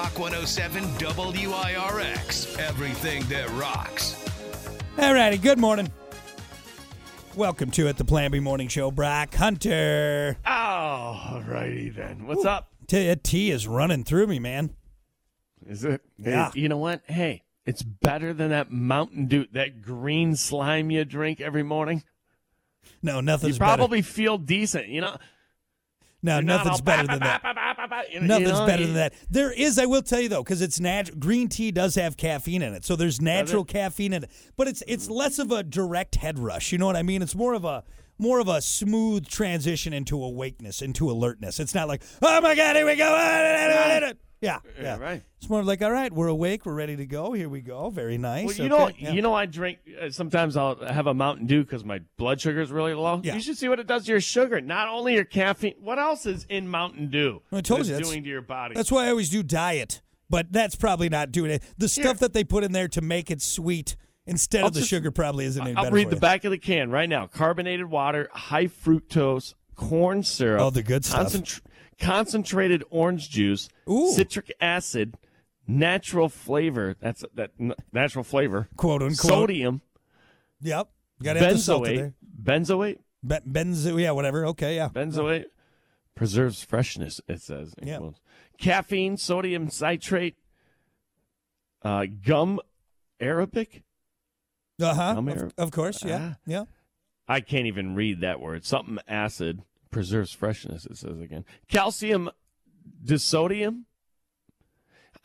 Rock 107 WIRX. Everything that rocks. All righty, good morning. Welcome to At the Plan B Morning Show, Brock Hunter. All righty then. What's up? T- that tea is running through me, man. Is it? Hey, Yeah. you know what? Hey, it's better than that Mountain Dew, that green slime you drink every morning. No, You nothing's better. probably feel decent, you know. No, You're not nothing's all better bah, than bah, that. bah, bah, bah, bah, you know- you Nothing's know, better you- than that. There is, I will tell you though, because it's nat- green tea does have caffeine in it, so there's natural caffeine in it, but it's Mm-hmm. it's less of a direct head rush. You know what I mean? It's more of a more of a smooth transition into awakeness, into alertness. It's not like, oh my god, here we go. Yeah, yeah. Yeah, right. It's more like, all right, we're awake, we're ready to go. Here we go. Very nice. Well, you okay, know, yeah. you know, I drink. Uh, sometimes I'll have a Mountain Dew because my blood sugar is really low. Yeah. You should see what it does to your sugar. Not only your caffeine. What else is in Mountain Dew? I told that it's you, that's- doing to your body. That's why I always do diet, but that's probably not doing it. The stuff Here. that they put in there to make it sweet instead I'll of the just- sugar probably isn't any I'll better. read for the you. back of the can right now. Carbonated water, high fructose corn syrup, All Oh, the good stuff. concentr- concentrated orange juice, Ooh. citric acid, natural flavor. That's that n- natural flavor. Quote unquote. Sodium, Yep. Got to have the salt in benzoate, there. benzoate, Be- benzo, yeah, whatever. Okay, yeah. benzoate preserves freshness. It says. Yeah. Caffeine, sodium citrate, uh, gum arabic. Uh huh. I'm Of, here. of course, yeah, Ah. yeah. I can't even read that word. Something acid preserves freshness, it says again. Calcium disodium.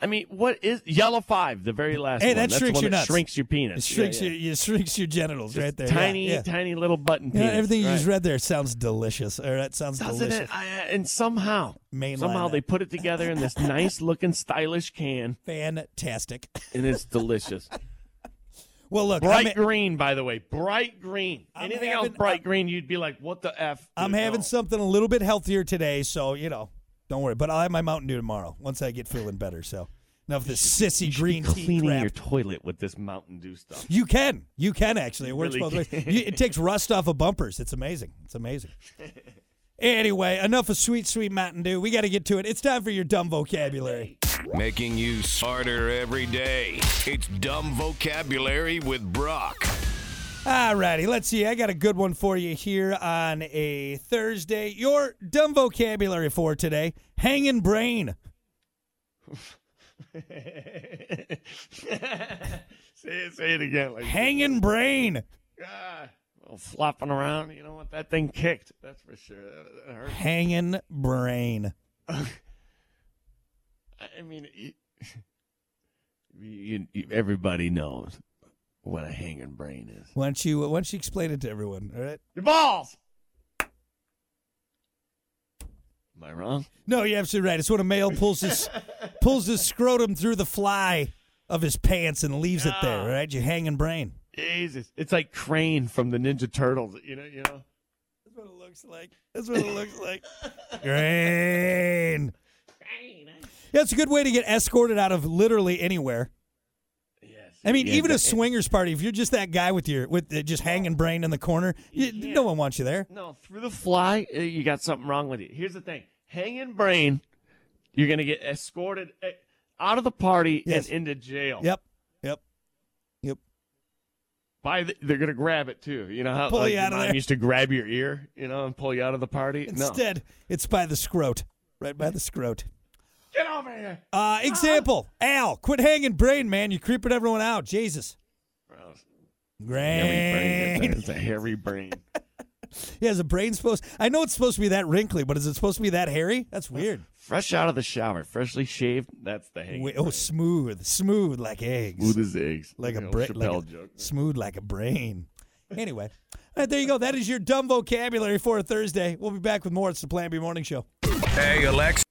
I mean, what is yellow five, the very last Hey, one? that That's shrinks the one your that nuts. shrinks your penis. It shrinks your it shrinks your genitals right there. yeah, Tiny, yeah. tiny little button You know, penis. everything you right. just read there sounds delicious. All right, sounds Doesn't delicious. it? I, and somehow, Mainline somehow that. they put it together in this nice looking, stylish can, Fantastic. and it's delicious. Well, look, Bright I'm, ha- green, by the way. Bright green. I'm Anything having- else bright green, you'd be like, what the F? I'm dude, having no. something a little bit healthier today, so you know, don't worry. But I'll have my Mountain Dew tomorrow once I get feeling better. So enough of this sissy green tea cleaning crap. your toilet with this Mountain Dew stuff. You can. You can actually. It works really both ways. can. You- It takes rust off of bumpers. It's amazing. It's amazing. Anyway, enough of sweet, sweet Mountain Dew. We got to get to it. It's time for your dumb vocabulary. Making you smarter every day. It's Dumb Vocabulary with Brock. All righty, let's see. I got a good one for you here on a Thursday. Your dumb vocabulary for today hanging brain. say it, say it again. Like Hanging brain. ah, well, flopping around. You know what? That thing kicked. That's for sure. That, that hurt. Hanging brain. I mean, you, you, you, everybody knows what a hanging brain is. Why don't you, why don't you explain it to everyone? All right. Your balls. Am I wrong? No, you're absolutely right. It's when a male pulls his pulls his scrotum through the fly of his pants and leaves it there. Right, you hanging brain. Jesus, it's like Crane from the Ninja Turtles. You know, you know. That's what it looks like. That's what it looks like. Brain. eh? Yeah, it's a good way to get escorted out of literally anywhere. Yes. I mean, Yeah, even a that- swingers party. If you're just that guy with your with uh, just hanging brain in the corner, you, no one wants you there. No, through the fly, uh, you got something wrong with you. Here's the thing: hanging brain, you're gonna get escorted uh, out of the party Yes. and into jail. Yep, yep, yep. By the, they're gonna grab it too. You know how Pull like, you your out of mom there. used to grab your ear, you know, and pull you out of the party. no, Instead, it's by the scrot, right by the scrot. get over here. Uh, example, Al, quit hanging brain, man. You're creeping everyone out. Jesus. Gross. Hairy brain. Brain. It's a hairy brain. He has a brain supposed. I know it's supposed to be that wrinkly, but is it supposed to be that hairy? That's weird. Fresh out of the shower, freshly shaved. That's the hanging. Wait, oh, smooth, smooth like eggs, Smooth as eggs. like a You know, brain, like Chappelle a- joke. smooth like a brain. Anyway, all right, there you go. That is your dumb vocabulary for a Thursday. We'll be back with more. It's the Plan B Morning Show. Hey, Alexa.